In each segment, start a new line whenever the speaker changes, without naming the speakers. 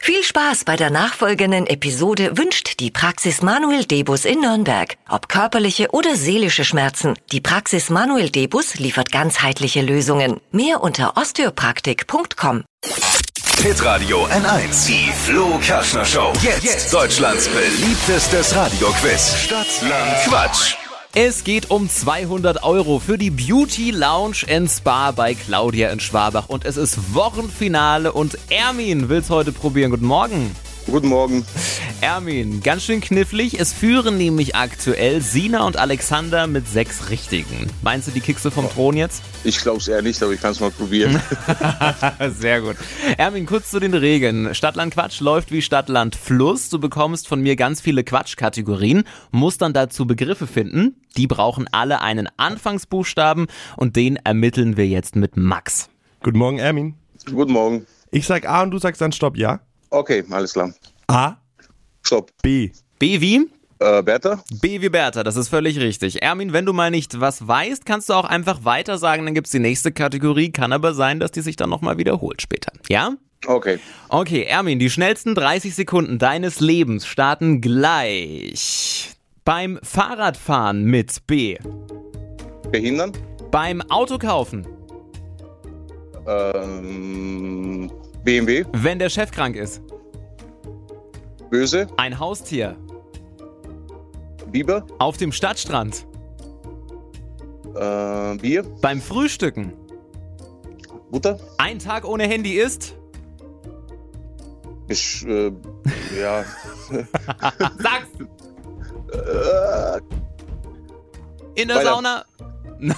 Viel Spaß bei der nachfolgenden Episode wünscht die Praxis Manuel Debus in Nürnberg. Ob körperliche oder seelische Schmerzen, die Praxis Manuel Debus liefert ganzheitliche Lösungen. Mehr unter osteopraktik.com.
Pit Radio N1, die Flo Kaschner Show. Jetzt, Deutschlands beliebtestes Radioquiz. Stadt, Land, Quatsch.
Es geht um 200 Euro für die Beauty Lounge and Spa bei Claudia in Schwabach. Und es ist Wochenfinale und Ermin will's heute probieren. Guten Morgen.
Guten Morgen.
Ermin, ganz schön knifflig. Es führen nämlich aktuell Sina und Alexander mit sechs Richtigen. Meinst du, die kickst du vom Thron jetzt?
Ich glaube es eher nicht, aber ich kann es mal probieren.
Sehr gut. Ermin, kurz zu den Regeln. Stadtland Quatsch läuft wie Stadtland Fluss. Du bekommst von mir ganz viele Quatschkategorien, musst dann dazu Begriffe finden. Die brauchen alle einen Anfangsbuchstaben und den ermitteln wir jetzt mit Max.
Guten Morgen, Ermin.
Guten Morgen.
Ich sag A und du sagst dann Stopp, ja?
Okay, alles klar.
A,
Stopp.
B.
B wie?
Äh, Bertha?
B wie Bertha, das ist völlig richtig. Ermin, wenn du mal nicht was weißt, kannst du auch einfach weiter sagen, dann gibt's die nächste Kategorie. Kann aber sein, dass die sich dann nochmal wiederholt später. Ja?
Okay.
Okay, Ermin, die schnellsten 30 Sekunden deines Lebens starten gleich. Beim Fahrradfahren mit B.
Behindern?
Beim Autokaufen,
Ähm, BMW?
wenn der Chef krank ist.
Böse?
Ein Haustier.
Biber?
Auf dem Stadtstrand.
Äh, Bier?
Beim Frühstücken.
Butter?
Ein Tag ohne Handy ist.
Ich, äh, ja.
Sag's!
Äh,
In der
Weiter.
Sauna.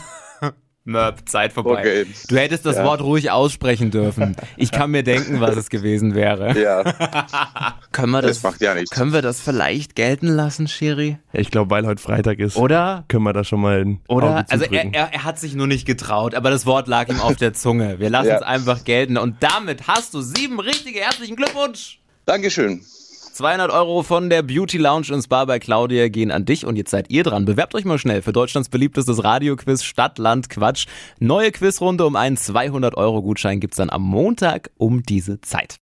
Möp, Zeit vorbei.
Okay.
Du hättest das
Ja.
Wort ruhig aussprechen dürfen. Ich kann mir denken, was es gewesen wäre.
ja,
Können wir das,
das macht ja nichts.
können wir das vielleicht gelten lassen, Shiri?
Ich glaube, weil heute Freitag ist,
Oder?
können wir da schon mal ein
Oder?
Auge
Also
zudrücken.
er, er, er hat sich nur nicht getraut, aber das Wort lag ihm auf der Zunge. Wir lassen
Ja.
es einfach gelten. Und damit hast du sieben richtige. Herzlichen Glückwunsch!
Dankeschön.
200 Euro von der Beauty Lounge ins Spa bei Claudia gehen an dich und jetzt seid ihr dran. Bewerbt euch mal schnell für Deutschlands beliebtestes Radioquiz Stadt, Land, Quatsch. Neue Quizrunde um einen 200 Euro Gutschein gibt's dann am Montag um diese Zeit.